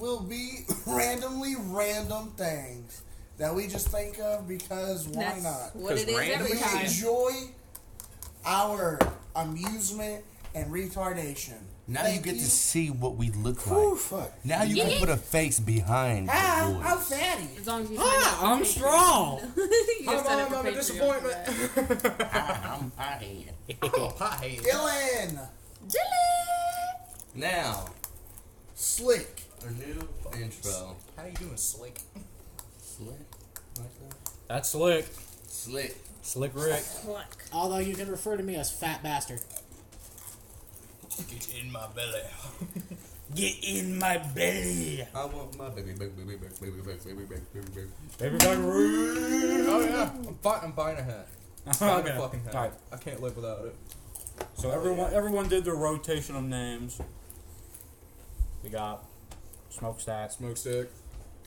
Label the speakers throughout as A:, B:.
A: Oh,
B: three randomly random things that we just think of because why
A: That's
B: not?
A: what it is
B: We
A: every
C: randomly
A: time.
B: enjoy our amusement and retardation.
D: Now
B: Thank
D: you get to see what we look like.
B: Whew, fuck.
D: Now you
A: Yeah.
D: can put a face behind the
B: Ah,
D: voice.
B: I'm fatty.
A: As long as you
C: Ah,
A: sign up
C: I'm
A: for Patreon.
C: strong.
A: you gotta
C: Hold
A: sign up
C: on,
A: for
C: I'm a
A: Patreon for
C: disappointment.
A: that.
D: I'm high.
B: Dylan,
D: Now,
B: slick.
D: a new intro.
C: How you doing, slick?
D: Slick.
E: That's slick.
D: Slick.
E: Slick Rick.
A: Pluck.
F: Although you can refer to me as fat bastard.
C: Get in my belly.
E: Get in my belly.
D: I want my baby, baby, baby, baby, baby, baby, baby, baby, baby.
E: Baby back Rick.
C: Oh yeah, I'm, buy- I'm buying a hat. Buying
E: Oh, okay.
C: a fucking hat.
E: All right.
C: I can't live without it.
E: So everyone, everyone did their rotation of names. We got smokestacks.
C: Smokestack.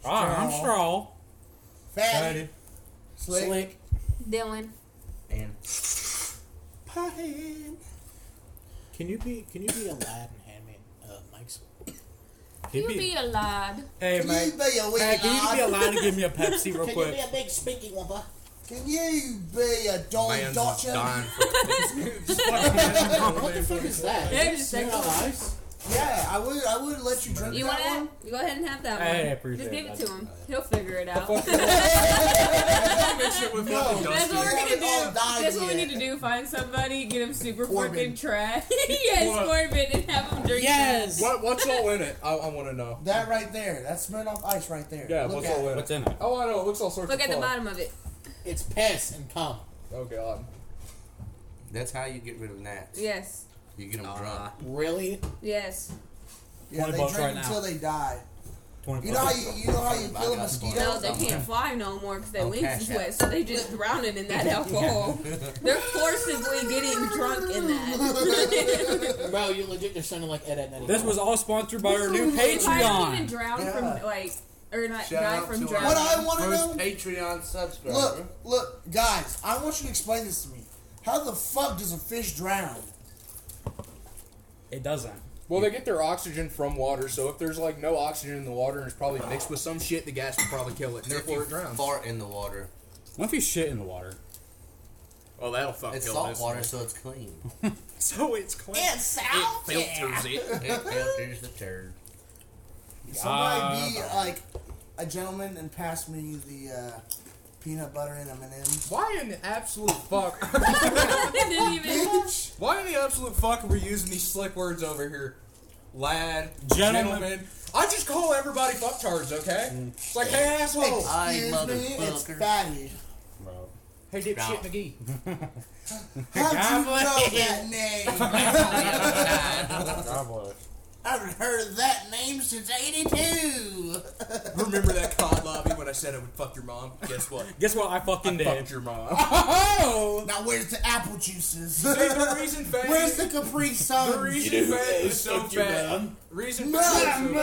E: Ah, I'm straw.
B: Fatty. Slick.
F: Slick.
A: Dylan.
D: And
F: Can you be can you be a lad and hand me uh, Mike's?
A: You be a lad.
E: Hey,
B: Can you
E: mate.
B: be a wee
E: Hey, can you be
B: lad?
E: allowed to give me a Pepsi real
F: Can you
E: quick?
F: be a big spinky wumper?
B: Can you be a Don
D: Man's
B: Dutcher?
D: dying for
F: What the fuck is that?
A: Yeah, just
F: Is that smeared
A: take
F: on ice?
B: Yeah, I would. I would let you drink
A: You want
B: that
A: that?
B: one.
A: You go ahead and have that
E: Hey,
A: one.
E: I appreciate
A: Just give it
E: that.
A: to him. He'll figure it out.
B: No,
A: That's what
B: we
A: we're gonna
B: haven't all
A: do.
B: died
A: That's what we
B: yet.
A: need to do. Find somebody, get him super
B: Corbin.
A: freaking trash. yes,
C: What?
A: Corbin, and have him drink.
F: Yes.
C: What, what's all in it? I, I want to know.
B: That right there. That's Smirnoff Ice right there.
C: Yeah,
B: Look
C: what's
B: at
C: all
B: it.
C: in it?
E: What's in it?
C: Oh, I know. It looks all
A: that.
C: sorts
A: Look
C: of
A: at the
C: fun.
A: bottom of it.
F: It's piss and cum.
C: Oh, God.
D: That's how you get rid of gnats.
A: Yes,
D: You get them drunk.
F: Really?
A: yes.
B: Yeah, they
E: 20 bucks
B: drink
E: right
B: until
E: now.
B: they die.
E: 20
B: You know how you, you know how you kill a mosquito?
A: No, they
D: Okay.
A: can't fly no more because their
D: Oh,
A: wings
D: cash
A: is
D: out.
A: wet, so they just drowning in that alcohol. They're forcibly getting drunk in that.
F: Bro, you legit just sounding like Ed Ed and Eddie.
E: This was all sponsored by our new
A: I didn't even
E: Patreon.
A: drown
B: Yeah.
A: from like, or not
D: Shout
A: die
D: out
A: from
D: to our
A: drowning.
B: What I wanna
D: first
B: know-
D: Patreon subscriber.
B: Look, look, guys, I want you to explain this to me. How the fuck does a fish drown?
E: It doesn't.
C: Well, they get their oxygen from water, so if there's like no oxygen in the water and it's probably mixed with some shit, the gas will probably kill it, and
D: if
C: therefore
D: you
C: it drowns.
D: fart in the water,
E: What if you shit in the water?
C: Oh, that'll fuck
D: it's
C: kill
D: salt
C: this
D: water,
C: one.
D: so it's clean.
E: So it's clean.
B: It's salt.
C: Filters it.
D: it filters the turd.
B: Somebody be
E: Yeah.
B: like a gentleman and pass me the uh, peanut butter and M&M's.
C: Why in the absolute fuck?
A: didn't even.
B: Bitch.
C: Why in the absolute fuck are we using these slick words over here? Lad,
E: Gentlemen.
C: gentleman. I just call everybody fucktards, okay?
F: Mm.
C: It's like, hey, asshole.
D: I
B: Excuse me, it's
D: motherfucker.
B: fatty.
E: Bro.
C: Hey, dipshit
D: Stop.
C: McGee.
B: How'd you
E: Goblin.
B: know that name?
E: God bless.
B: I haven't heard of that name since 82.
C: Remember that COD lobby when I said I would fuck your mom? Guess what?
E: Guess what? I fucking did.
C: Fucked your mom. Oh!
B: Now where's the apple juices?
C: the reason fat
B: Where's the Capri
C: the
B: Sun?
C: reason fat is so
F: fuck your
C: fat.
F: mom.
C: Reason fat is so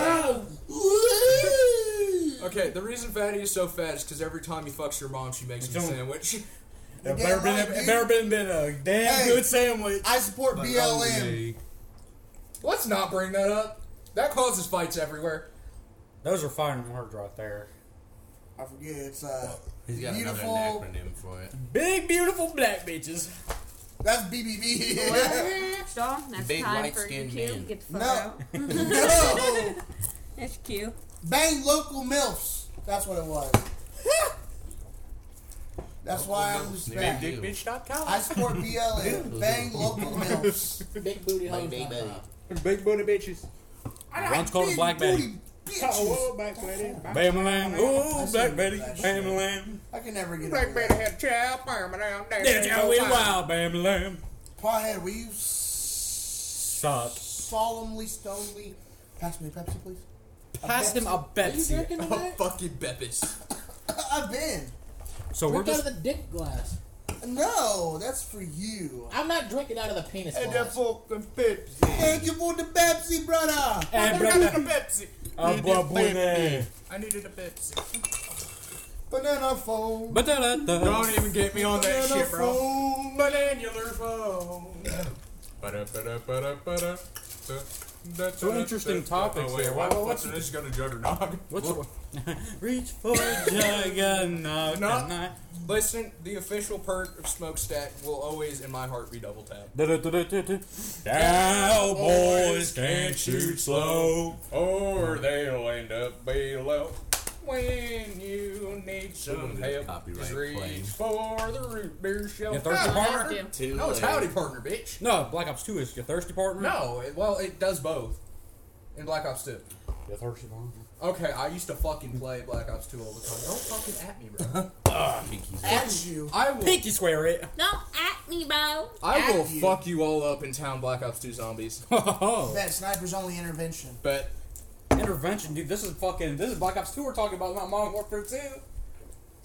C: fat.
B: Woo!
C: Okay, the reason Fatty is so fat is because every time he fucks your mom, she makes him a
E: Don't-
C: sandwich.
E: It
B: Yeah,
E: better,
B: right,
E: been,
B: dude.
E: it better been, been a damn
B: Hey.
E: good sandwich.
B: I support BLM.
C: Let's not bring that up. That causes fights everywhere.
E: Those are fighting words right there.
B: I forget it's uh,
D: He's got
B: beautiful.
D: another acronym for it.
E: Big, beautiful black bitches.
B: That's BBB.
A: Stall. That's
D: Big
A: time for you
D: light-skinned
A: Q.
D: men.
A: Get the fuck
B: no,
A: out.
B: no.
A: That's Q.
B: Bang local milfs. That's what it was. That's why I'm just
D: There
B: back.
D: you go.
B: I support BLM. Bang local milfs.
F: Big booty
D: My
F: hoes.
D: baby.
C: Big booty bitches.
E: One's called a
B: Big
E: black
B: booty
E: baby.
B: bitches.
E: Bamalam.
B: I
E: Ooh,
B: seen
E: black Betty.
B: that shit.
E: Bamalam.
B: I can never get over that.
C: had a child. bam, bam, bam,
E: That's how we
C: bam.
E: wild, Bamalam.
B: Pawhead, will you s-
E: Suck.
B: solemnly, stonely pass me a Pepsi, please?
E: Pass them a Betsy.
F: drinking
C: Oh,
F: tonight?
C: fucking Beppis.
B: I've been.
E: So we're
F: Drink out of
E: just.
F: the dick glass.
B: No, that's for you.
F: I'm not drinking out of the penis glass.
C: fucking Pepsi.
B: Thank you for the Pepsi, brother.
E: Hey,
C: I
E: brother.
C: needed a Pepsi.
E: Ah, boy, boy, there.
C: I needed a Pepsi.
B: Banana phone.
E: But da- da- da.
C: Don't even get me on that
B: Banana
C: shit, bro.
B: phone.
C: Bananular phone. Ba-da-ba-da-ba-da-ba-da.
G: That's
E: So interesting topics
G: Oh, wait,
E: there.
G: Why,
E: Why- why-
G: what's
E: what's-
G: this gonna juggernaut?
E: What's reach for juggernaut?
C: Not-
E: tonight.
C: Listen, the official perk of Smokestack will always, in my heart, be double tap.
E: Du-du-du-du-du-du. Cowboys can't shoot slow.
G: Or they'll end up bail out when you need some help.
D: Copyright
G: Just reach
D: claim.
G: for the root beer shell.
E: Your thirsty partner?
D: Too
C: No, it's
D: late.
C: Howdy Partner, bitch.
E: No, Black Ops 2 is your thirsty partner?
C: No, it, well, it does both. In Black Ops 2.
E: Your thirsty partner.
C: Okay, I used to fucking play Black Ops 2 all the time. Don't fucking at me, bro.
D: Pinky's
B: At you.
C: I will,
E: Pinky swear it.
A: Don't at me, bro.
C: I will
B: at you.
C: fuck you all up in town, Black Ops 2 zombies.
E: Oh.
B: That sniper's only intervention.
C: But
E: Intervention, dude. This is fucking. This is Black Ops 2 we're talking about, not Modern Warfare 2.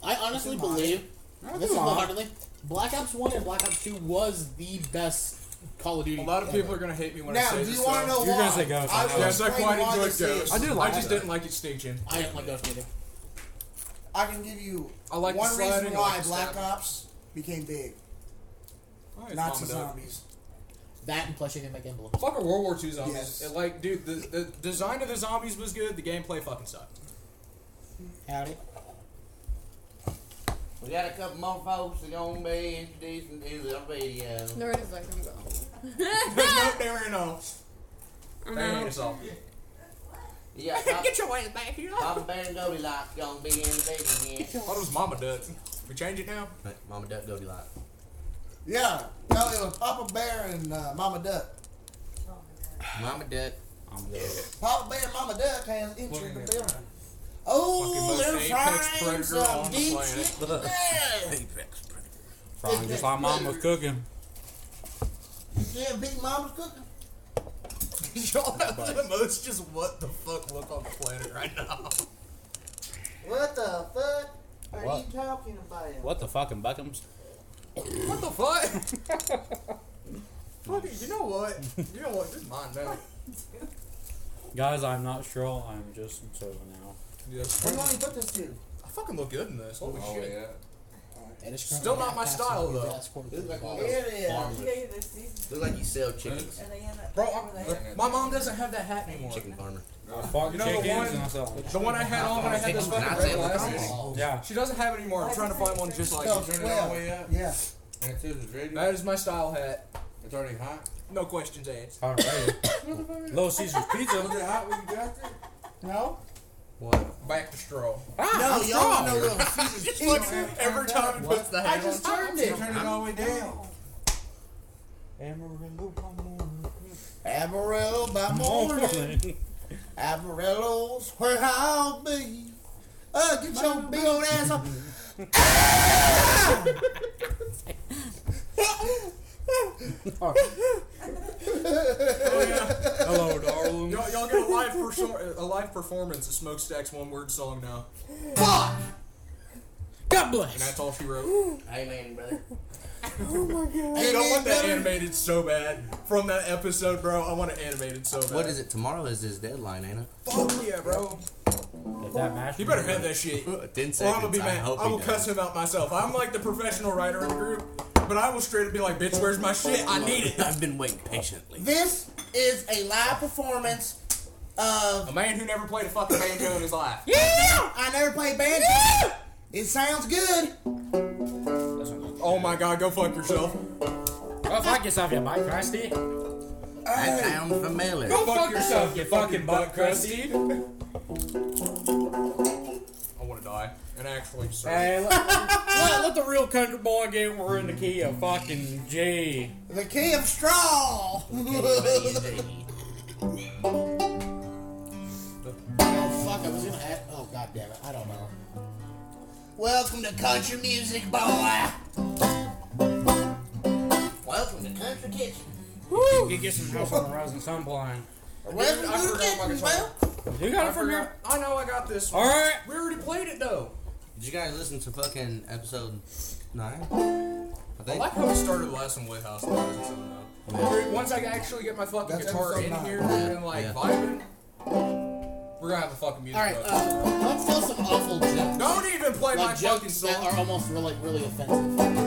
F: I honestly believe listen
E: come on.
F: wholeheartedly. Black Ops One and Black Ops Two was the best Call of
C: a
F: Duty.
C: lot of
F: ever.
C: people are gonna hate me when I
B: Now,
C: say
B: do
C: this.
B: you want to know
C: though.
B: why?
E: You're gonna say ghost, I
B: I
E: know.
B: will
G: Yes, I
B: explain
G: quite
B: why
G: enjoyed
B: this is.
G: ghosts.
C: I do.
F: like
C: I just
F: that.
C: didn't like it staging.
F: I don't like Ghost either.
B: I can give you
C: I like the
B: one reason
C: sliding, I
B: why
C: like the
B: Black
C: stabbing.
B: Ops became big. Not to zombies.
F: That and plus you didn't make emblems.
C: Fuck a World War II zombies.
B: Yes.
C: It, like, dude, the, the design of the zombies was good. The gameplay fucking sucked.
F: Howdy.
D: We got a couple more folks that gonna be introduced into the video.
A: Nerd is like, I'm going.
C: no, there ain't no.
A: I'm
C: They hate
A: out.
C: us all.
D: You got Pop,
A: your ways back here.
D: Papa Bear and Goldilocks gonna be in the video again.
C: What was Mama Duck? We change it now.
D: Mama Duck Goldilocks.
B: Yeah. No, it was Papa Bear and uh, Mama Duck.
D: Mama Duck.
B: Papa Bear and Mama Duck has entered
C: at
B: the building. Oh,
C: Fucking
B: they're
C: most apex
B: frying
C: predator
B: some
C: on the
B: deep
C: planet.
B: shit there.
E: Frying just like mom was cooking.
B: Yeah, Big Mama's cooking.
C: Y'all have the most just what the fuck look on the planet right now.
B: What the fuck are
E: What?
B: you talking about?
E: What the fucking Buckums?
C: What the fuck? Fucking, you know what? You know what? This is mine now.
E: Guys, I'm not sure. I'm just sober now.
B: Where do you want me to put this to?
C: I fucking look good in this. Holy
G: Oh,
C: shit.
G: yeah.
F: And it's
C: Still
F: currently
C: not
F: half
C: my
F: past
C: style,
F: the
C: though.
F: last quarter.
D: Look like one of
B: Here
D: those
B: it is.
D: farmers. Look like you sell chickens.
C: Bro, I, my mom doesn't have that hat anymore.
D: Chicken farmer.
E: I fuck
C: You know the
E: chickens
C: one-
E: and I "Oh, sell them.
C: The one I had on when I had this
D: Chickens,
C: fucking
D: not
C: red
D: saying look
C: last
D: at
C: year.
D: all.
E: Yeah.
C: She doesn't have it anymore. I'm trying to find one just like
B: No,
C: it.
D: Turn it all
B: well,
D: the way up.
B: Yeah.
D: And it's refrigerator.
C: That is my style hat.
D: It's already hot.
C: No questions asked.
E: Alrighty. Little Caesar's
D: Is
E: Pizza.
D: it hot when you got there?
B: No?
D: What?
C: Back to straw.
B: No, y'all want no little Caesar's pizza.
C: Every time he puts the
B: I
C: hat on.
B: just turned it.
D: Turn it all the way down.
E: Oh,
B: Amarillo by morning. Amarillo's where I'll be. Uh, get your big old ass up.
E: Hello, darling.
C: Y'all, y'all get a live, perso- a live performance of Smokestack's one word song now.
F: God
C: And
F: bless.
C: that's all she wrote.
D: Amen, brother.
C: Dude, I want that animated so bad. From that episode, bro, I want it animated so bad.
D: What is it? Tomorrow is his deadline, ain't
C: Fuck yeah, bro.
E: Did that match?
C: You better have that shit. Or
D: it? Ten seconds.
C: I'm gonna be mad.
D: hope
C: I,
D: he
C: will
D: does.
C: cuss him out myself. I'm like the professional writer in the group, but I will straight up be like, bitch, where's my shit? I need it.
D: I've been waiting patiently.
B: This is a live performance of.
C: A man who never played a fucking banjo in his life.
B: I never played banjo. It sounds good.
C: Oh my god, go fuck yourself.
E: Oh, fuck yourself, you bike, Krusty.
D: That sounds familiar.
C: Go fuck, yourself, you fucking butt crusty. I want to die. And actually, sir.
E: Hey, let, let, let the real country boy get we're in the key of fucking G.
B: The key of straw.
F: Oh fuck, I was gonna add. Oh god damn it, I don't know.
B: Welcome to country music, boy.
D: Welcome to Country Kitchen.
E: You can get some help on the Rising Sun blind.
B: Welcome
C: I
B: to the
C: forgot my
B: kitchen,
C: guitar.
B: boy.
E: You got
C: I,
E: it from
C: forgot.
E: here?
C: I know I got this. one.
E: Alright.
C: We already played it though.
D: Did you guys listen to fucking episode nine? I
C: I
D: think.
C: like how we started the last one with House of Cards and something though. Dude, Once I actually get my fucking
B: That's
C: guitar
B: episode
C: in
B: nine.
C: here and like
D: Yeah.
C: vibing, we're gonna have a fucking music.
F: Alright,
C: book.
F: uh, let's tell some awful jokes.
C: Don't even play my
F: Like
C: fucking
F: jokes that
C: song.
F: are almost really, really offensive.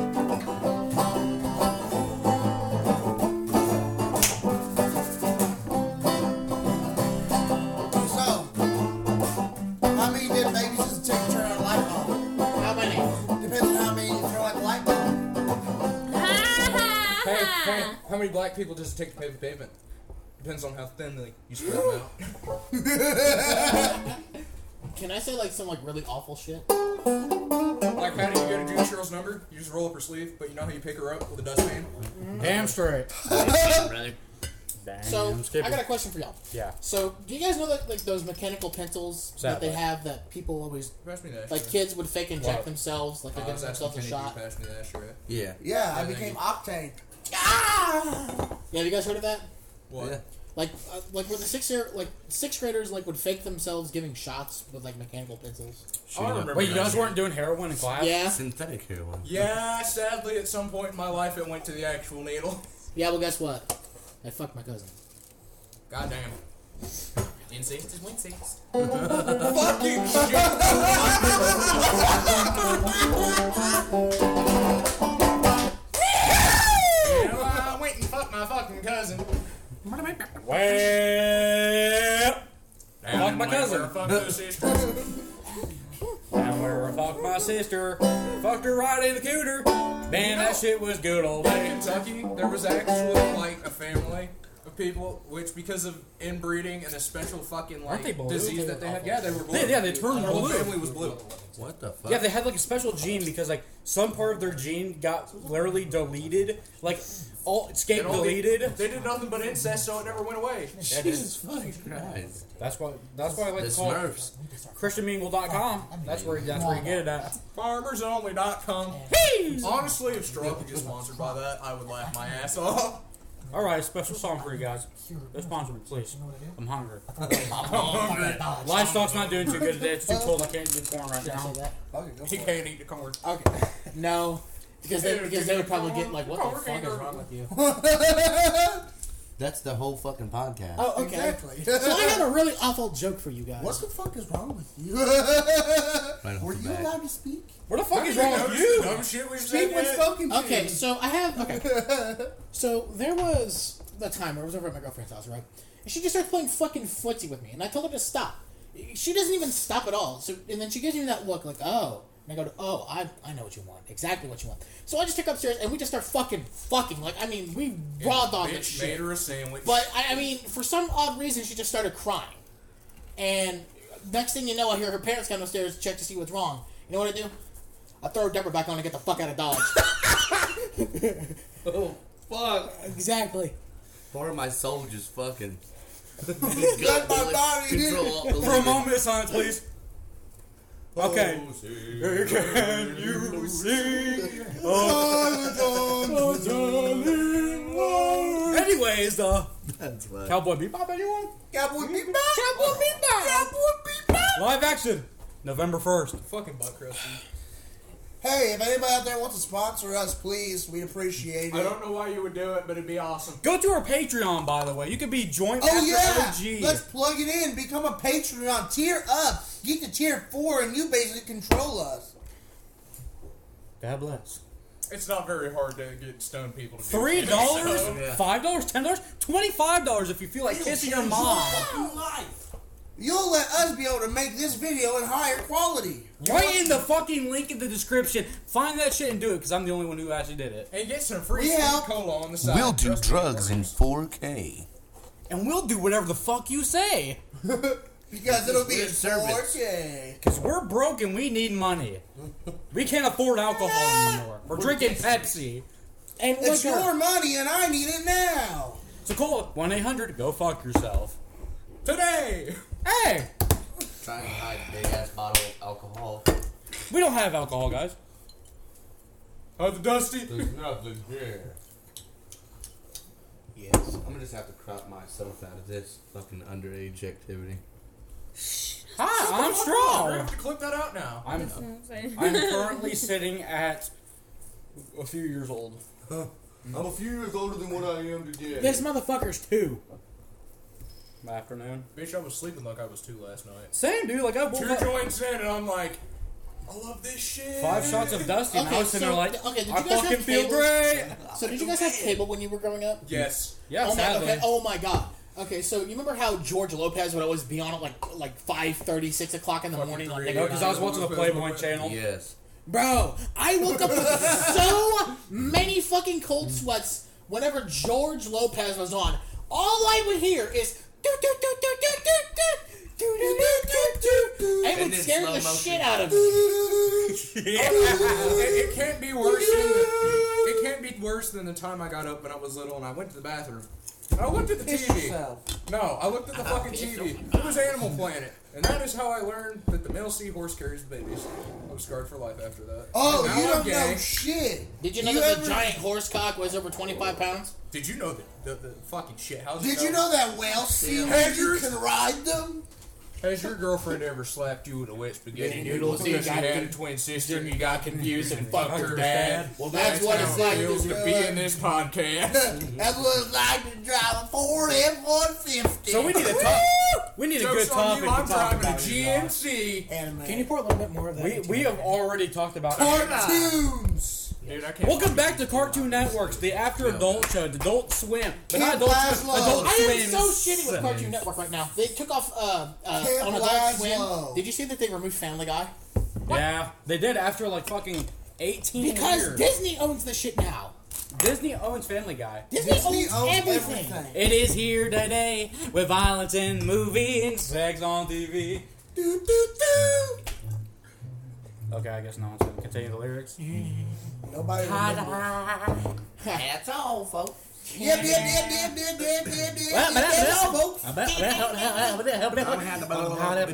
C: How,
A: Ah.
C: how many black people does it take to pave the pavement? Depends on how thin like, you spread them out.
F: Can I say like some like really awful shit?
C: Like, how do you go to June Cheryl's number? You just roll up her sleeve, but you know how you pick her up with a dustpan?
E: Damn straight.
D: brother.
E: Damn.
F: So
E: Skippy.
F: I got a question for y'all.
E: yeah.
F: So do you guys know that like those mechanical pencils that they
E: Satellite.
F: have that people always
C: Pass me the ashtray.
F: like kids would fake inject themselves like
C: Uh,
F: they're
C: I
F: giving
C: was asking
F: themselves a
C: Kenny if
F: shot?
C: you passed me the ashtray.
D: Yeah.
B: Yeah, I
C: Yeah,
B: became
C: you-
B: Octane.
F: Yeah, have you guys heard of that?
C: What?
D: Yeah.
F: Like uh, like with the sixth year like sixth graders like would fake themselves giving shots with like mechanical pencils.
C: I don't remember.
E: Wait, you
C: that
E: guys
C: shit.
E: weren't doing heroin in class?
F: Yeah,
D: Synthetic hair one.
C: Yeah, sadly, at some point in my life, it went to the actual needle.
F: yeah. Well, guess what? I fucked my cousin.
C: God damn. Insects is winsects. Fucking shit. You know, I went and fucked my fucking cousin.
E: Well, Fuck my
C: Like,
E: cousin.
C: where Fuck those sisters.
E: I where I fucked my sister. Fucked her right in the cooter. Man, that shit was good old
C: In
E: days.
C: Kentucky, there was actually like a family of people, which because of inbreeding and a special fucking
E: Aren't they
C: like
E: blue?
C: disease that they had, yeah, they were blue.
E: Yeah, yeah, they turned
C: Their whole
E: blue.
C: family was blue.
D: What the fuck?
E: Yeah, they had like a special gene because like some part of their gene got literally deleted, like all escape
C: And all the-
E: deleted.
C: They did nothing but incest, so it never went away.
D: Jesus fucking Christ.
E: that's why. That's why I
D: The
E: like to call it
D: Smurfs.
E: ChristianMingle.com. That's where. That's where you get it at.
C: FarmersOnly.com. Honestly, if Struggle gets sponsored by that, I would laugh my ass off.
E: All right, special song for you guys. Let's sponsor me, please. I'm hungry. Livestock's not doing too good today. It's too cold. I can't do corn right
F: Did I
E: now.
F: say that?
B: Okay, go for
C: He
B: it.
C: can't eat the corn.
F: Okay. No, because they because they would probably get like, what the fuck is wrong with you?
D: That's the whole fucking podcast.
F: Oh, okay.
B: Exactly.
F: So I got a really awful joke for you guys.
B: what the fuck is wrong with you?
D: Right off
B: Were
D: the
B: you
D: bat.
B: allowed to speak?
E: What the fuck is wrong with you?
C: Dumb shit we've said
B: Speak with
C: yet.
B: spoken to.
F: Okay, so I have okay. so there was the time where I was over at my girlfriend's house, right? And she just started playing fucking footsie with me, and I told her to stop. She doesn't even stop at all. So and then she gives me that look like, oh. And I go, to, oh, I, I know what you want, exactly what you want. So I just took her upstairs and we just start fucking fucking. Like I mean, we raw dog this
C: Bitch made
F: shit.
C: her a sandwich.
F: But I, I mean, for some odd reason, she just started crying. And next thing you know, I hear her parents come upstairs to check to see what's wrong. You know what I do? I throw Deborah back on and get the fuck out of Dodge.
D: Oh, fuck.
F: exactly.
D: Part of my soul just fucking.
B: Got my body.
E: For a moment of silence, please. Okay. Can you see? Anyways, uh,
D: That's what.
E: Cowboy Bebop, anyone?
B: Cowboy Bebop. Cowboy Bebop.
E: Live action, November first.
C: fucking butt crusty.
B: Hey, if anybody out there wants to sponsor us, please, we appreciate it.
C: I don't know why you would do it, but it'd be awesome.
E: Go to our Patreon, by the way. You could be joint
B: Oh
E: after
B: yeah!
E: OG.
B: Let's plug it in. Become a Patreon. Tier up. Get to tier four, and you basically control us.
E: God bless.
C: It's not very hard to get stone people to do
E: Three
C: it.
E: dollars,
D: Yeah.
E: five dollars, ten dollars, twenty-five dollars if you feel like kissing your mom.
B: You'll let us be able to make this video in higher quality.
E: Right in the fucking link in the description. Find that shit and do it, because I'm the only one who actually did it.
C: And get some free
B: We
C: yeah.
B: help.
C: cola on the side. Trust me, it works.
D: 4K.
E: And we'll do whatever the fuck you say,
B: Because it'll be
D: We're
B: in
D: service.
B: 4K.
E: because we're broke and we need money. We can't afford alcohol anymore. We're drinking Pepsi. Oh
F: And
B: It's
F: liquor.
B: your money, and I need it now.
E: So call one eight hundred. Go fuck yourself.
C: Today!
E: Hey,
D: Trying to hide big ass bottle of alcohol.
E: we don't have alcohol, guys.
C: Of Oh, the Dusty.
D: There's nothing here. Yes, I'm gonna just have to crop myself out of this fucking underage activity.
E: Hi, I'm
C: We're gonna
E: strong.
C: have to clip that out now.
E: I'm
A: I'm saying.
E: I'm currently sitting at a few years old.
D: I'm a few years older than what I am today.
F: This motherfucker's two.
E: Afternoon.
C: Bitch, I was sleeping like I was two last night.
E: Same dude. Like I woke
C: Two
E: up
C: joints in, and I'm like, I love this shit.
E: five shots of Dusty, and I
F: Okay,
E: was sitting
F: so-
E: there like,
F: okay, did you
E: I
F: guys have
E: fucking feel
F: cable?
E: great.
F: So did you guys have cable when you were growing up?
C: Yes.
E: Yeah,
F: oh my,
E: sadly.
F: okay, oh my god. Okay, so you remember how George Lopez would always be on at like like five thirty, six o'clock in the
C: Fucking
F: morning on
C: three.
E: No,
F: Nickelodeon?
E: because I was watching the Playboy channel.
D: Yes.
F: Bro, I woke up with so many fucking cold sweats whenever George Lopez was on, all I would hear is "Doot, doot, doot, doot, doot, doot, doot, doot, doot, doot, doot, doot," and it
D: And
F: would
D: then
F: scare
D: slow
F: the
D: motion.
F: shit out of me.
C: it, it can't be worse. Than the, it can't be worse than the time I got up when I was little and I went to the bathroom. I looked at the TV. No, I looked at the fucking TV. It was Animal Planet, and that is how I learned that the male seahorse carries babies. I was scarred for life after that.
B: Oh,
C: And now
B: you
C: I'm
B: don't
C: gay.
B: know shit.
F: Did you know that the giant horse cock weighs over 25 pounds?
C: Did you know the, the, the fucking shit? How's
B: Did you know that whale seaweed you
C: Hedgers.
B: can ride them?
C: Has your girlfriend ever slapped you with a wet spaghetti
F: Mini
C: noodle
F: noodles,
C: because you,
F: you got
C: had a
F: con-
C: twin sister and you got confused and fucked her
E: Understand.
C: dad?
F: Well, that's what
C: how
F: it's
C: it
F: like
C: feels
F: to
C: to be in this podcast.
B: That's what it's like to drive a Ford F-150.
E: So we need a top. We need a good topic
C: Jokes on you!
E: to talk
C: I'm driving a
E: about. Josh.
C: GMC.
B: Anime.
F: Can you pour a little bit more of that?
E: We, we have already talked about
B: Cartoons.
C: Dude, I can't.
E: Welcome back to Cartoon Networks, the After Adult Show, the Adult Swim, but not
B: Kid
E: Adult
B: Flash
E: Swim.
B: Love.
E: Adult
F: I am
E: Swim.
F: so shitty with Cartoon Network right now. They took off uh, uh,
B: Camp
F: on Adult
B: Laszlo.
F: Swim. Did you see that they removed Family Guy?
E: Yeah, they did after like fucking eighteen
F: Because
E: years.
F: Disney owns the shit now.
E: Disney owns Family Guy.
F: Disney,
B: Disney
F: owns,
B: owns
F: everything.
B: everything.
E: It is here today with violence in movie and sex on TV.
B: Do, do, do.
E: Okay, I guess no one's gonna continue the lyrics.
B: Nobody remembers.
D: Hats on, folks.
B: Yep, yep, yep, yep, yep, yep, yep, yep,
E: Well,
B: yep, yep, folks.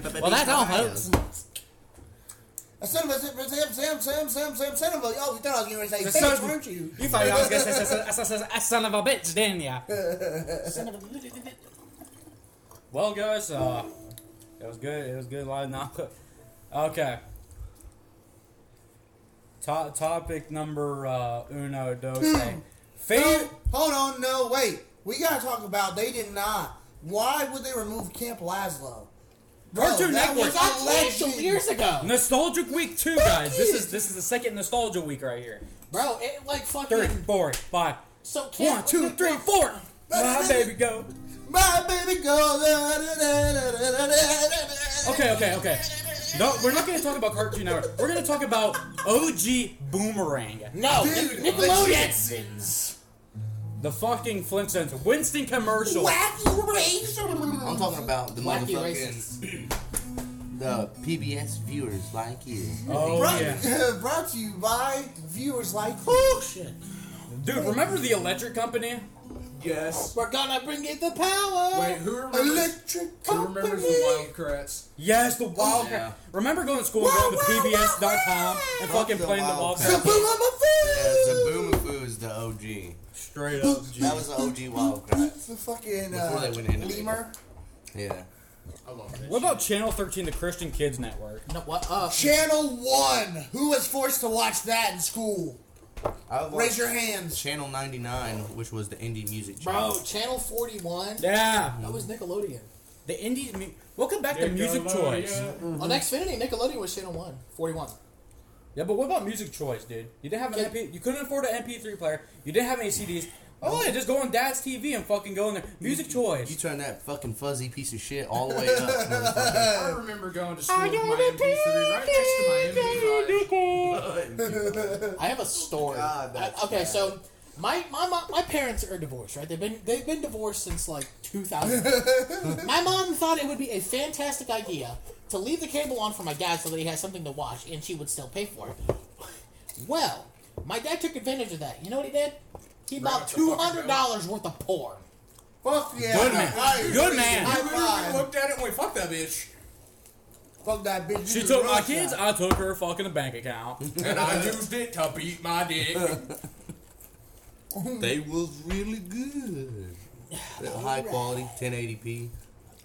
E: that's all, folks.
B: Uh, Cinema, Sam, Sam, Sam, Sam, Sam, Sam, Cinema. Oh, you thought I was going to say
E: The
B: bitch,
E: son-
B: weren't you?
E: You thought I was gonna say, say, say, say, say, son of a bitch, didn't ya? Well, guys, uh, it was good. It was good live now. okay. To- topic number uh, uno,
B: Hmm.
E: doce. Favorite.
B: No, hold on, no, wait. We got to talk about they did not. Why would they remove Camp Laszlo? Bro,
E: Cartoon
B: Oh, that
E: Network.
B: was
F: Got canceled
B: legend.
F: years ago,
E: Nostalgic week two, guys. This is this is the second nostalgia week right here.
F: bro. It like fucking
E: Three, four, five.
F: so. Camp,
E: One, two, three, four. My baby go.
B: My baby girl. da, da, da, da, da, da, da, da.
E: Okay, okay, okay. No, we're not going to talk about Cartoon Network. We're going to talk about OG Boomerang.
F: No,
B: Dude,
F: Nic-
B: the
F: Nickelodeon.
B: Jetsons.
E: The fucking Flintstones. Winston commercial.
B: Wacky race.
D: I'm talking about the
F: Wacky
D: motherfucking the PBS viewers like you.
E: Oh,
B: Brought,
E: yeah.
B: brought to you by viewers like you.
F: Shit.
E: Dude, remember the electric company?
C: Yes.
F: We're gonna bring it the power.
C: Wait, who remembers?
B: Electric
C: Who remembers
B: Company.
C: the Wildcats?
E: Yes, the Wildcat.
D: Yeah.
E: Remember going to school and going to
B: Wow, wow,
E: PBS.com
B: wow,
E: and
D: wow. Fuck
E: fucking
D: the
E: playing the
D: Wildcat.
E: Wildcat?
D: Yeah, Zaboomafu is the OG.
E: Straight up.
D: That was the OG Wildcat.
B: It's the fucking
D: Before
B: uh,
D: they went into
B: lemur.
D: Yeah.
C: I love that.
E: What about Channel 13, the Christian Kids Network?
F: No, what? Uh,
B: Channel One. Who was forced to watch that in school?
D: I watched
B: Raise your hands.
D: Channel 99, which was the indie music channel.
F: bro, Channel Forty One.
E: Yeah.
F: That was Nickelodeon.
E: The indie. Mu- Welcome back to Music Choice.
F: On Xfinity, Nickelodeon was Channel One. Forty One.
E: Yeah, but what about music choice, dude? You didn't have an
F: Yeah.
E: MP. You couldn't afford an MP3 player. You didn't have any CDs. Oh yeah, just go on Dad's TV and fucking go in there. Music
D: You
E: choice.
D: turn that fucking fuzzy piece of shit all the way up. motherfucker.
C: I remember going to school with my MP3 right next to my MP5.
F: I have a story.
D: God, that's
F: I- okay, so my, my mom, my parents are divorced, right? They've been they've been divorced since like 2000. my mom thought it would be a fantastic idea to leave the cable on for my dad so that he has something to watch and she would still pay for it. Well, my dad took advantage of that. You know what he did? He bought
C: the fucking
F: $200 worth of porn.
B: Fuck yeah.
E: Good man.
B: I agree.
E: Good man.
B: High
C: I literally
B: five.
C: looked at it and went, "Fuck that bitch,"
B: Fuck that bitch.
E: She
B: You
E: took my
B: rush
E: kids.
B: that.
E: I took her fucking bank account.
C: and I used it to beat my dick.
D: they was really good. They're High quality, 1080p.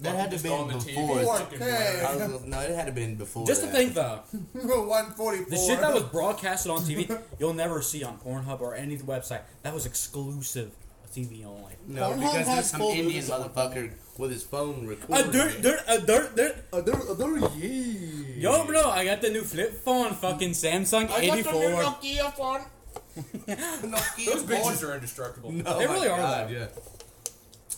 D: That had to
C: Just
D: been
C: on the TV.
D: before.
C: Fucking
D: I
B: Okay.
D: was, no, it had to been before.
E: Just to
D: that.
E: think though,
B: 144.
E: the shit that was broadcasted on TV, you'll never see on Pornhub or any website. That was exclusive TV only.
D: No,
F: Pornhub
D: because
F: has
D: there's some
F: full
D: Indian
F: movies on
D: motherfucker with his phone
E: A
D: recording.
E: dirt, dirt, a dirt, dirt.
D: Uh, there, uh, there, yeah.
E: Yo, bro, I got the new flip phone, fucking
F: I
E: Samsung
F: got the new
E: 84.
F: Nokia phone.
C: Those bitches are indestructible.
E: They really are, though.
D: oh Yeah.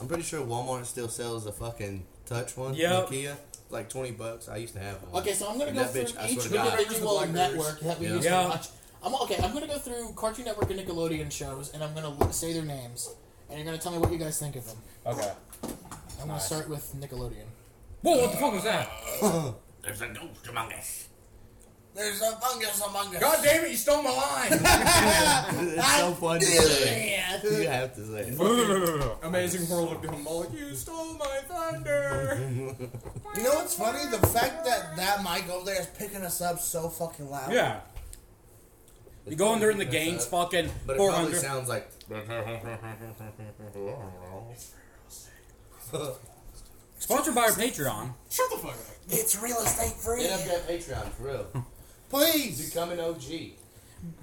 D: I'm pretty sure Walmart still sells a fucking touch one.
E: Yep.
D: Nokia, like twenty bucks. I used to have one.
F: Okay, so I'm gonna
D: And
F: go
D: that
F: through
D: bitch, I
F: each
D: swear to God.
F: individual network that we
D: Yeah.
F: used to
E: Yeah.
F: watch. I'm okay. I'm gonna go through Cartoon Network and Nickelodeon shows, and I'm gonna l- say their names, and you're gonna tell me what you guys think of them.
G: Okay.
F: I'm gonna start with Nickelodeon.
C: Whoa, what the fuck was that?
D: There's a ghost among us.
B: There's a fungus among us.
C: God damn it, you stole my line!
D: It's so fun to say. You have to say it.
C: Amazing World of Gumball, you stole my thunder!
B: You know what's funny? The fact that that mic over there is picking us up so fucking loud.
E: Yeah. You go in there and the game's fucking
D: But it probably
E: 400.
D: sounds like.
E: Sponsored by our Patreon.
C: Shut the fuck up.
B: It's real estate free.
D: Hit up that Patreon for real.
B: Please.
D: Become an OG.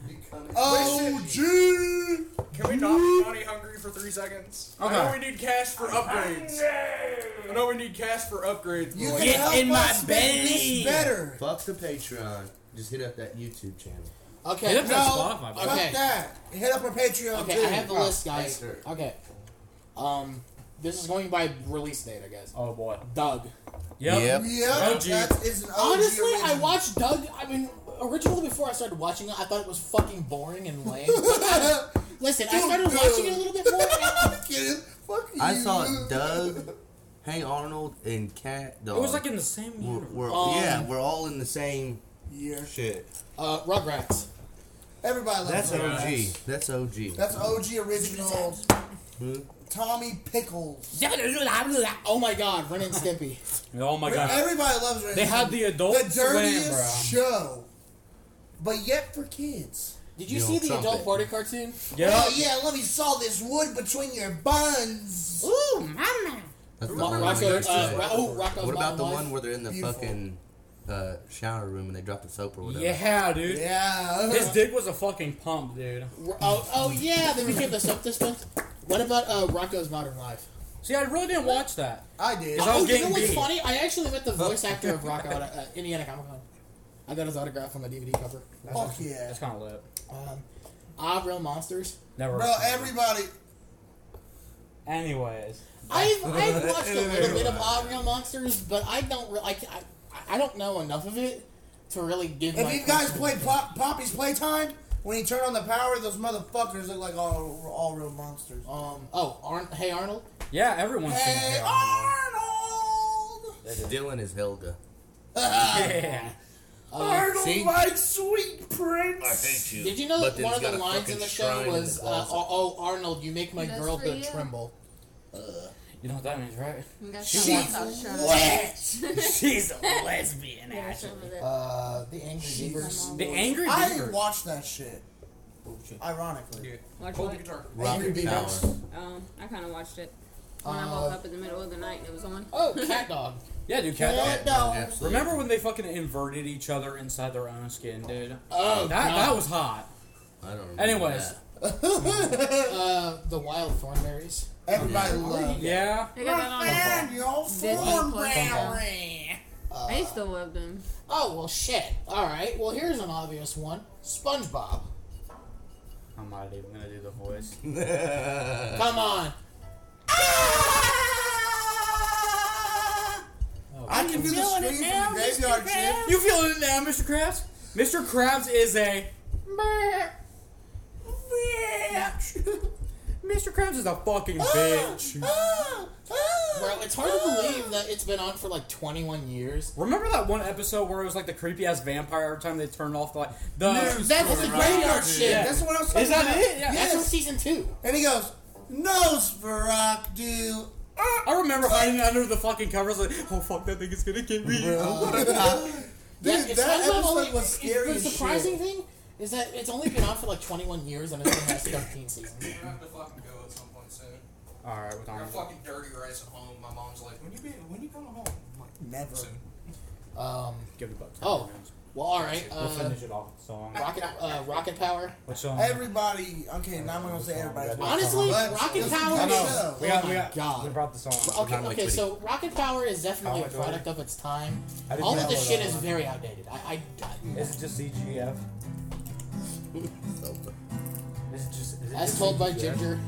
D: Become an
B: Oh, gee.
C: Can we not be money hungry for three seconds? I know
E: Okay.
C: we need cash for upgrades. I know we need cash for upgrades.
B: You
C: but
B: can
E: Get
B: help
E: in my
B: us make
E: belly.
B: this better.
D: Fuck the Patreon. Just hit up that YouTube channel.
F: Okay.
E: Hit up that Spotify,
B: Fuck
E: bro.
F: Okay.
B: that. Hit up our Patreon
F: Okay,
B: too.
F: I have the list, guys.
D: Oh, thanks, sir.
F: Okay. Um, this is going by release date, I guess.
E: Oh boy.
F: Doug.
E: Yep.
B: Yep,
E: OG.
B: that is an OG
D: Oh,
F: Honestly, I
B: original.
F: watched Doug. I mean, originally before I started watching it, I thought it was fucking boring and lame. But I- listen, I started watching it a little bit more. And,
B: I'm kidding. Fuck you.
D: I saw Doug, Hey Arnold, and Cat Dog.
E: It was like in the same
D: We're,
E: universe.
D: we're-
F: Um,
D: yeah, we're all in the same
B: Yeah.
D: shit.
F: uh, Rugrats.
B: Everybody loves
D: That's
B: Rugrats.
D: OG. That's OG.
B: That's OG original.
D: Hmm?
B: Tommy Pickles.
F: Oh my God, Ren and Stimpy.
E: Oh my god.
B: Everybody loves Ren
E: They
B: and
E: had
B: Stimpy.
E: the adult
B: the dirtiest
E: swim,
B: show, but yet for kids.
F: Did you
D: Yo,
F: see the
D: trumpet.
F: adult party cartoon?
E: bro. Yep.
B: Oh yeah, I love you saw this wood between your buns.
F: Ooh,
D: Oh,
F: mama.
D: That's the
F: Rocco,
D: only one
F: uh,
D: that's good.
F: Ro- oh, Rocco's
D: What
F: Modern
D: about the
F: Life?
D: one where they're in the
B: Beautiful.
D: fucking uh, shower room and they drop the soap or whatever?
E: Yeah, dude.
B: Yeah. uh-huh.
E: His dick was a fucking pump, dude.
F: R- Oh, oh yeah, they became the soap dispens. What about uh, Rocco's Modern Life?
E: See, I really didn't watch that.
B: I did.
E: It's all
F: oh, you know
E: getting
F: what's
E: beat.
F: funny? I actually met the voice actor of Rocco at uh, Indiana Comic Con. I got his autograph on my DVD cover.
B: Oh, Fuck yeah,
E: That's kind of lit.
F: Um, Ah, Real Monsters.
E: Never.
B: bro. Everybody.
E: Anyways,
F: I've, I've watched a little bit of Ah, Real Monsters, but I don't really, I, I, I don't know enough of it to really give.
B: If
F: my
B: you guys played Pop, Poppy's Playtime, when he turned on the power, those motherfuckers look like all all real monsters.
F: um, oh, Arn- hey Arnold.
E: yeah, Oh, everyone's seen
B: Hey
E: it.
D: ah!
B: Arnold!
D: Dylan is Helga.
E: Yeah.
F: Uh,
B: Arnold,
D: See?
B: my sweet prince.
D: hate you.
F: Did you know
D: But
F: that one of the
D: then he's got a
F: lines
D: fucking
F: in the show
D: shrine in
F: was,
D: his
F: uh,
D: closet.
F: "Oh, oh, Arnold, you make my
H: That's
F: girl
H: for
F: but
H: you.
F: tremble."
E: You know what that means, right?
H: She's
E: She's a lesbian.
F: Uh, the Angry Beavers.
E: The angry
B: I
E: beaver.
B: watched that shit. Ironically.
C: Hold the
F: uh,
C: guitar.
D: Rocket
F: Angry
D: Power.
F: Beavers.
A: Um, I kind of watched it when I woke up in the middle of the night and it was on.
F: Oh, Cat Dog.
E: Yeah, dude. Cat
B: Yeah.
E: dog.
B: Cat dog.
D: Absolutely.
E: Remember when they fucking inverted each other inside their own skin, dude?
F: Oh,
E: That that
F: God.
E: was hot.
D: I don't remember.
E: Anyways,
D: that.
F: uh, the Wild Thornberries.
B: Everybody loved it.
E: yeah.
A: I got that on
B: Man, you're all form
A: I used to love them.
F: Oh well, shit. All right. Well, here's an obvious one: SpongeBob.
E: I'm not even gonna do the voice.
F: Come on.
B: I can do the scream from the graveyard shift.
E: Oh, You feeling it now, Mr. Krabs? Mr. Krabs is a. Mr. Krabs is a fucking
B: Ah,
E: bitch.
F: Bro, it's hard to believe that it's been on for like 21 years.
E: Remember that one episode where it was like the creepy ass vampire every time they turned off the light? The
F: That's the graveyard shit.
E: Yeah.
B: That's what I was talking
E: Is that
B: about.
E: it? Yeah.
F: That's from
B: Yes.
F: season two.
B: And he goes, Nosferatu.
E: I remember hiding under the fucking covers like, oh fuck, that thing is gonna get me.
B: Dude,
F: Yeah, it's
B: that
F: SpongeBob
B: episode
F: only-
B: was scary
F: The
B: as
F: surprising
B: shit.
F: thing is that it's only been on for like 21 years and it's only has 13 seasons.
C: I have to fucking go at some point soon.
E: Alright, we're
C: I
D: Um,
E: done.
C: got fucking dirty rice at home. My mom's like, when you be, when you coming home? I'm like,
B: Never.
C: soon.
E: uh-huh.
F: Um,
E: Give it a buck.
F: oh, well, all right.
E: We'll
F: Uh,
E: finish it off with a song.
F: rocket, uh, rocket power.
E: What song?
B: Everybody, okay, now I'm going to say everybody.
F: Honestly,
B: But
F: rocket
B: it's a
F: power.
B: good
E: I know.
B: show.
E: we got, we
F: Oh my
E: got,
F: God.
E: we brought the song.
F: Okay,
D: Kinda like
F: okay.
D: Witty.
F: So rocket power is definitely
E: Oh,
F: a
E: I
F: product of its time.
E: didn't
F: All of
E: know
F: this
E: that.
F: shit is very outdated. I, I,
E: Is it just CGF?
D: So,
E: Is it just. Is it
F: as
E: just
F: told by
E: CGF?
F: Ginger.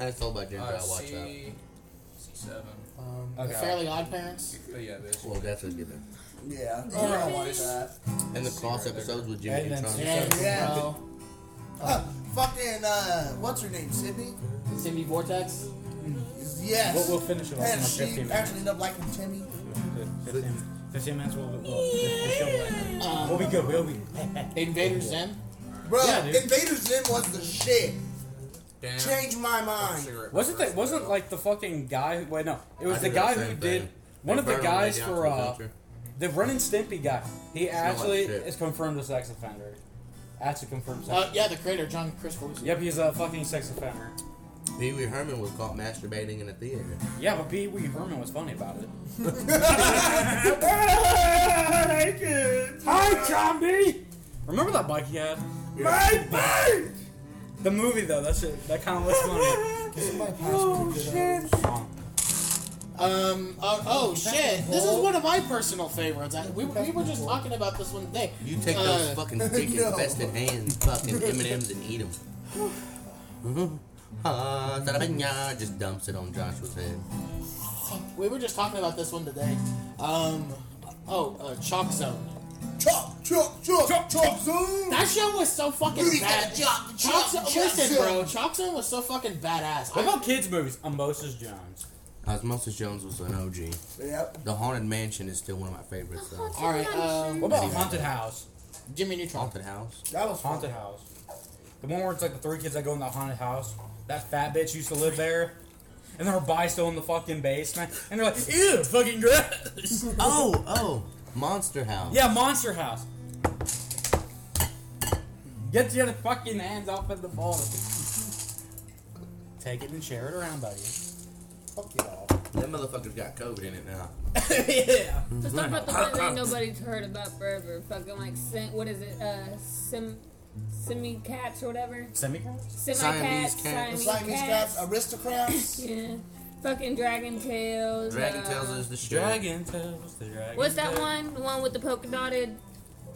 D: I was told by Ginger
C: Uh,
D: I'll watch that.
C: C, C7.
F: Um,
E: Okay.
F: Fairly Odd Parents.
C: But yeah, bitch.
D: Well, that's a given.
B: Yeah.
C: Alright.
B: that.
D: And the cross episodes with Jimmy
E: And then
D: Neutron.
E: Susan
B: Yeah.
E: Monroe,
B: Uh, fucking, uh, what's her name? Sydney?
E: Cindy Vortex.
B: Yes.
E: We'll, we'll finish it off in
B: and
E: like
B: she
E: 15 minutes.
B: actually ended up liking Timmy.
E: 15, 15 minutes, we'll, we'll, we'll, we'll be good. We'll be
F: Invader Zim.
B: Bro,
E: Yeah, dude.
B: Invader Zim was the shit.
C: Damn.
B: Change my mind.
C: Cigarette
E: Wasn't
C: burns,
E: that wasn't
C: bro.
E: like the fucking guy? Who, wait, no, it was
D: I
E: the
D: did that
E: guy
D: same
E: who
D: thing.
E: did
D: They
E: one of the
D: burn them
E: guys
D: down to
E: for
D: the
E: uh,
D: filter.
E: the Ren and Stimpy guy. He
D: like
E: actually
D: shit.
E: is confirmed a sex offender. Actually confirmed sex.
F: Uh, yeah, the creator, John Chris Wilson.
E: Yep, he's a fucking sex offender.
D: Pee Wee Herman was caught masturbating in a theater.
E: Yeah, but Pee Wee Herman was funny about it. Hi, zombie. Remember that bike he had? My bike. The movie though, that shit, that kind of was funny.
B: Oh, shit.
F: Um. Uh, oh shit! This is one of my personal favorites. I, we, we were just talking about this one today.
D: You take those
F: Uh,
D: fucking dick
B: no.
D: infested hands, fucking M and M's, and eat them. just dumps it on Joshua's head.
F: we were just talking about this one today. Um. Oh, uh, Chalk Zone.
B: Chop, chop, chop, chop, chop, zoom.
F: That show was so fucking
B: You
F: bad.
B: gotta chop,
F: Chalk
B: chop,
F: Zone.
B: chop,
F: Listen,
B: chop.
F: bro. Chalk Zone was so fucking badass.
E: What
F: I,
E: about kids movies? Moses Jones.
D: Osmosis Jones was an OG.
B: Yep.
D: The Haunted Mansion is still one of my favorites. Though.
F: all right. Um.
E: What about Haunted House?
F: Jimmy Neutron.
D: Haunted House.
B: That was fun.
E: Haunted House. The one where it's like the three kids that go in the haunted house. That fat bitch used to live there. And her body's still in the fucking basement. And they're like, ew, fucking gross.
D: Oh, oh, Monster House.
E: yeah, Monster House. Get your fucking hands off of the ball. Take it and share it around, buddy.
B: Fuck y'all.
D: That motherfucker's got COVID in it now.
E: yeah.
A: Just talk about the one that nobody's heard about forever. Fucking like, sim, what is it? Uh, sim, semi cats or whatever.
E: Semi
A: Semi
D: Siamese
A: cats, Siamese,
D: cats.
B: Siamese
A: cats.
B: cats, aristocrats.
A: Yeah, fucking dragon tails.
D: Dragon
A: uh,
D: Tales is the shit.
E: Dragon tails, the dragon.
A: What's that
E: tail.
A: one? The one with the polka dotted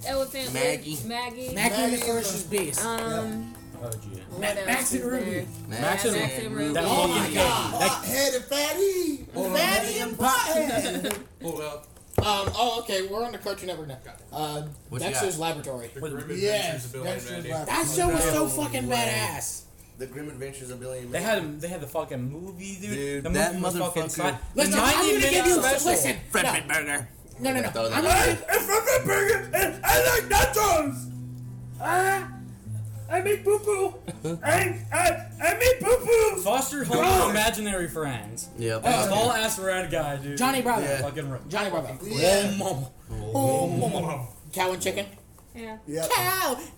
A: elephant?
D: Maggie.
A: with- Maggie.
F: Mac and the
B: Maggie
F: Ferocious Beast.
A: Um,
E: Oh, gee.
A: what else
F: Max and
A: is there?
F: Ruby.
A: Max and
E: Max
A: Ruby.
E: That
A: Oh
E: fucking
A: my
E: kid.
A: God.
B: Hot headed fatty. Fatty and pothead.
C: Pull up.
F: Um, oh, okay, we're on the Cartoon Network now. Uh,
D: What you
F: Dexter's Laboratory.
C: The Grim
B: Yes,
C: Adventures of Bill and
B: Dexter's
C: Mandy.
B: Lab.
F: That show was so
D: No
F: fucking
D: way.
F: badass.
D: The Grim Adventures of Billy and
E: They had they had the fucking movie, dude.
D: Dude,
E: the
D: that
E: movie was fucking
D: motherfucker-
E: side.
F: Listen, I'm gonna give you listen.
D: Fred
F: no,
D: Bitburger.
F: no, no, no.
D: Throw that
F: I'm
D: out.
F: gonna give,
I: It's from the burger, and I like nachos.
E: Uh,
I: Ah, I make poo poo. I, I, I make poo poo.
E: Foster Home Imaginary Friends.
D: Yep.
E: That tall ass red guy, dude.
F: Johnny Bravo.
E: Yeah. Fucking red.
F: Johnny Bravo.
B: Yeah.
E: Mama.
F: Cow and chicken.
A: Yeah.
B: Yep.
F: Cow.
C: You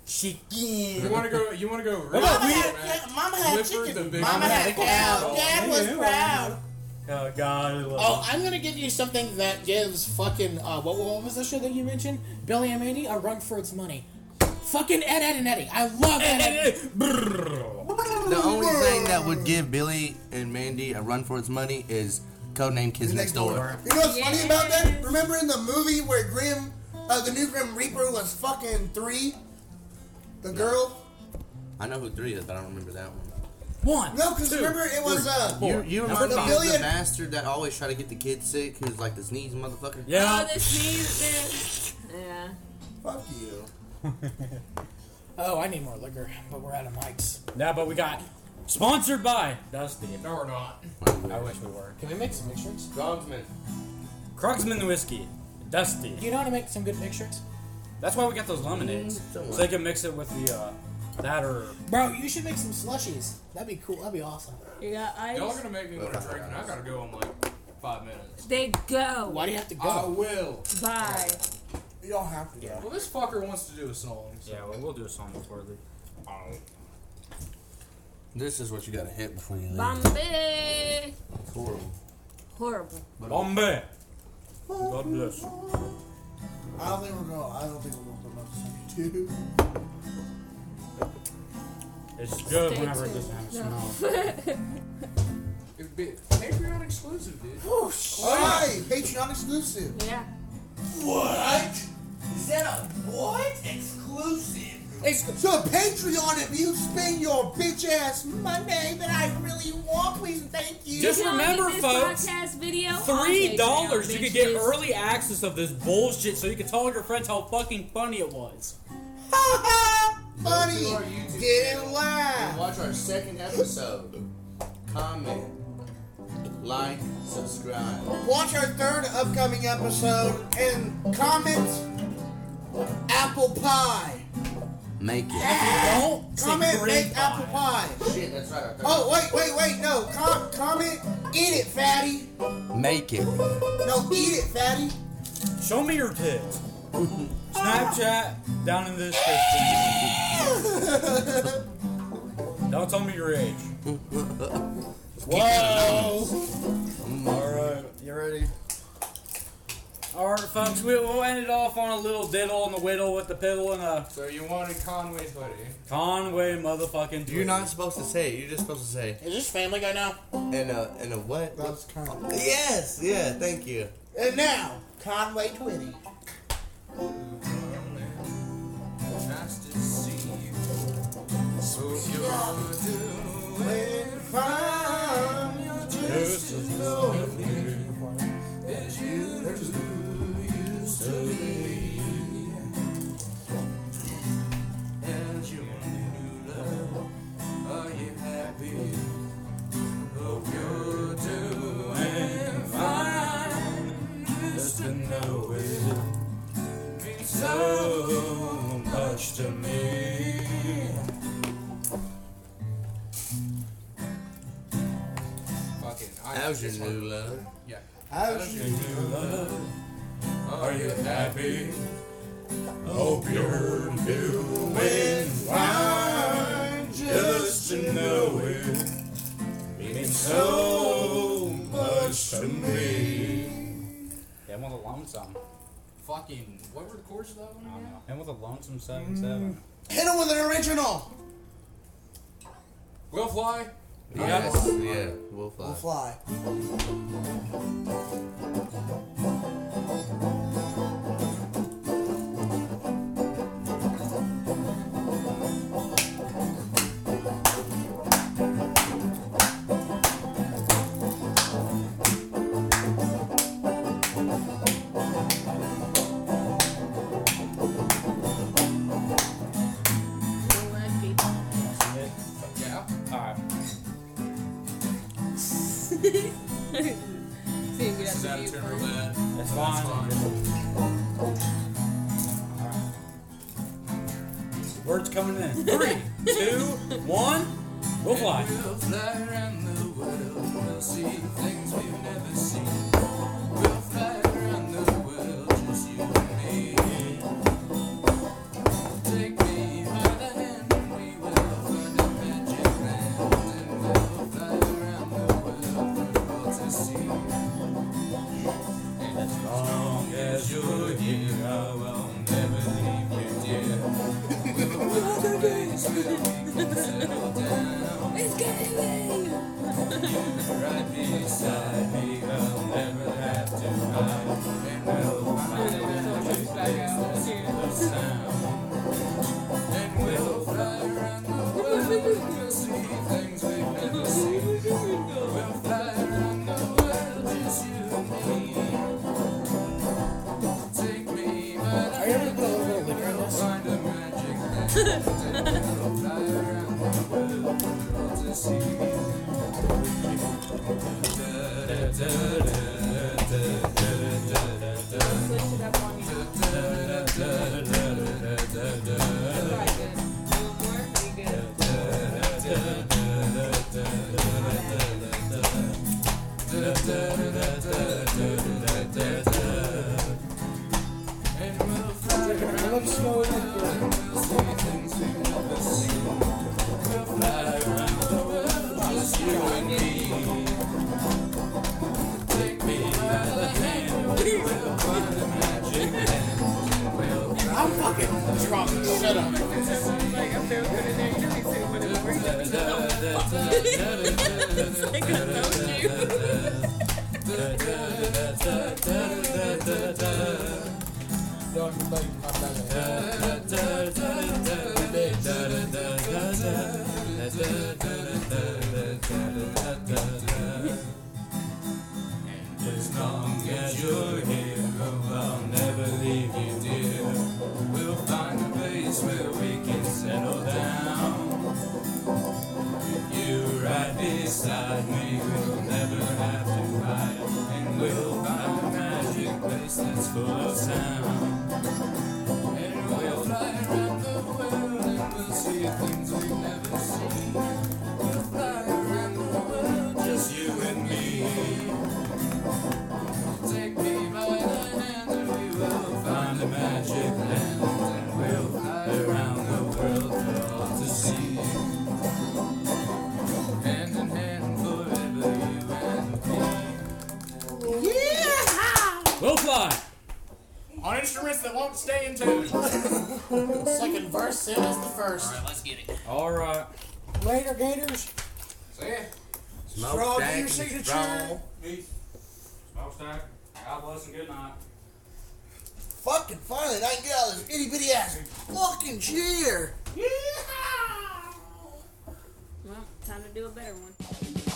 F: Chicken.
C: want to go? You want to go? Really
F: Mama
C: fast?
F: had, mama had
C: Clifford the
F: chicken.
C: Big
F: Mama
C: Man.
F: had cow. Dad was proud.
E: Oh god, I love
F: Oh, I'm gonna give you something that gives fucking uh, what, what was the show that you mentioned? Billy and Mandy, a run for its money. Fucking Ed, Ed, and Eddie. I love Ed, Ed, Ed.
D: The only thing that would give Billy and Mandy a run for its money is codename Kids Next Door.
B: You know what's funny about that?
A: Yes.
B: Remember in the movie where Grim, uh, the new Grim Reaper was fucking three? The girl?
D: I know who three is, but I don't remember that one.
E: One.
B: No, because remember it was, uh,
D: You, you
B: Number
D: remember the,
B: five.
D: the bastard that always tried to get the kids sick, who's like the sneeze motherfucker?
E: Yeah.
A: Oh, this means this. Yeah.
B: fuck you.
F: Oh, I need more liquor, but we're out of mics.
E: Yeah, but we got sponsored by Dusty.
C: No, we're not.
E: I wish we were.
F: Can we make some pictures?
D: Dogsman.
E: Krugsman whiskey.
F: Do
E: Dusty.
F: you know how to make some good pictures?
E: That's why we got those lemonades.
F: Mm,
E: So they can mix it with the uh that or
F: Bro, you should make some slushies. That'd be cool. That'd be awesome.
A: You got
C: Y'all are
A: ice.
C: gonna make me want to drink, and I gotta go in like five minutes.
A: They go.
F: Why do you have to go?
C: I will.
A: Bye.
B: You don't have to.
C: Well, this fucker wants to do a song. So.
E: Yeah, well, we'll do a song before the
D: This is what you gotta hit before you leave.
A: Bombay.
D: It's horrible.
A: Horrible.
E: Bombay. God bless. you.
B: I don't think we're going. I don't think we're going to put much two.
E: It's good
A: Stay
E: whenever it
A: tuned.
E: doesn't have a
A: No.
E: smell.
C: It'd be
F: Uh,
C: Patreon exclusive, dude.
B: All right, Patreon exclusive.
A: Yeah.
B: What?
F: It's
C: basically.
B: So Patreon, if you spend your bitch ass money that I really want, please and thank you.
C: Just
A: Y'all
C: remember,
A: get this
C: folks,
A: podcast video on
C: Three
A: Patreon,
C: dollars, you could get
A: bitches.
C: early access of this bullshit, so you could tell your friends how fucking funny it was.
B: Funny,
D: Go to our YouTube
B: get in
D: channel
B: line.
D: and Watch our second episode. Comment, like, subscribe.
B: Watch our third upcoming episode and comment apple pie.
D: Make it.
C: Don't say
B: Comment
C: green
B: make apple pie.
D: Shit, that's right. Our third.
B: Oh wait, wait, wait, no. Com- comment eat it, fatty.
D: Make it.
B: No, eat it, fatty.
C: Show me your tits. Snapchat down in this description. Don't tell me your age.
F: Whoa!
C: Alright.
D: You ready?
C: Alright, folks, we, we'll end it off on a little diddle and a whittle with the piddle and a
E: So you wanted Conway's hoodie.
C: Conway motherfucking.
D: You're not supposed to say. it. You're just supposed to say.
F: Is this Family Guy now?
D: And a and a what?
B: That's Conway.
D: Yes. Yeah. Thank you.
B: And now Conway Twitty.
E: Nice to see you. Hope you're doing fine. You're just as lonely as you used to be. And your new love, are you happy? Hope you're doing fine. Just to know it means so much to me. Fucking, I
D: How's your new love?
E: Yeah.
B: How's
E: your new love? Are you happy? Hope you're doing fine. Just to know it means so much to me.
C: Him with a lonesome.
E: Fucking, what were the chords of that
C: I
E: one
C: don't know. Him with a lonesome 7 7.
B: Hit him with an original.
E: Will Fly.
D: Yes. Yeah. We'll fly.
B: We'll fly.
E: Yeah.
C: Alright.
A: See if we have
E: Is
A: to
E: that a
A: mute.
E: Timberland?
C: That's fine. Alright. Words coming in. Three, two, one. We'll fly.
E: We'll fly around the world. We'll see things we've never seen. We'll fly around the world, just you and me. Take me by the hand, and we will find a magic land. And we'll fly around the world for all to see. And as long as you're here, I will never leave you, dear. We'll find a place where we can settle down.
A: It's getting me.
E: Right beside me, I'll never have to hide. And we'll find out who's the sound. And we'll fly around the world, we'll see things we've never seen. We'll fly around the world, just you and me. Take me by the
F: Are you able to put a little bit of liquor in this?
E: Find a magic land and we'll fly around the world for all to see.
A: Switch it up on you. Alright, good. One more, we good.
E: And we'll fly around the world and we'll see things we've never seen. We'll fly around the world, just you and me. Take me by the hand, we will find a magic land. And we'll
F: I'm fucking drunk. Shut up.
A: It's like I know you.
B: Don't make my belly.
E: As long as you're here, I'll never leave you, dear. We'll find a place where we can settle down. With you right beside me, we'll never have to fight. And we'll find a magic place that's full of sound. And we'll fly around the world and we'll see things we've never seen. We'll fly around the world, just you and me. Take me by the hand and we will find a magic land and we'll fly around the world for all to see. Hand in hand forever, you and me. We'll fly.
J: On instruments that won't stay in tune.
F: Second verse, same as the first.
E: All right.
F: Later, Gators.
J: So yeah.
D: Smoke
J: Straw
D: stack
J: beer
D: and
J: signature.
D: straw.
E: Peace. Smokestack. God bless and good night.
B: Fucking finally, I can get out of this itty bitty ass fucking chair.
A: Well, time to do a better one.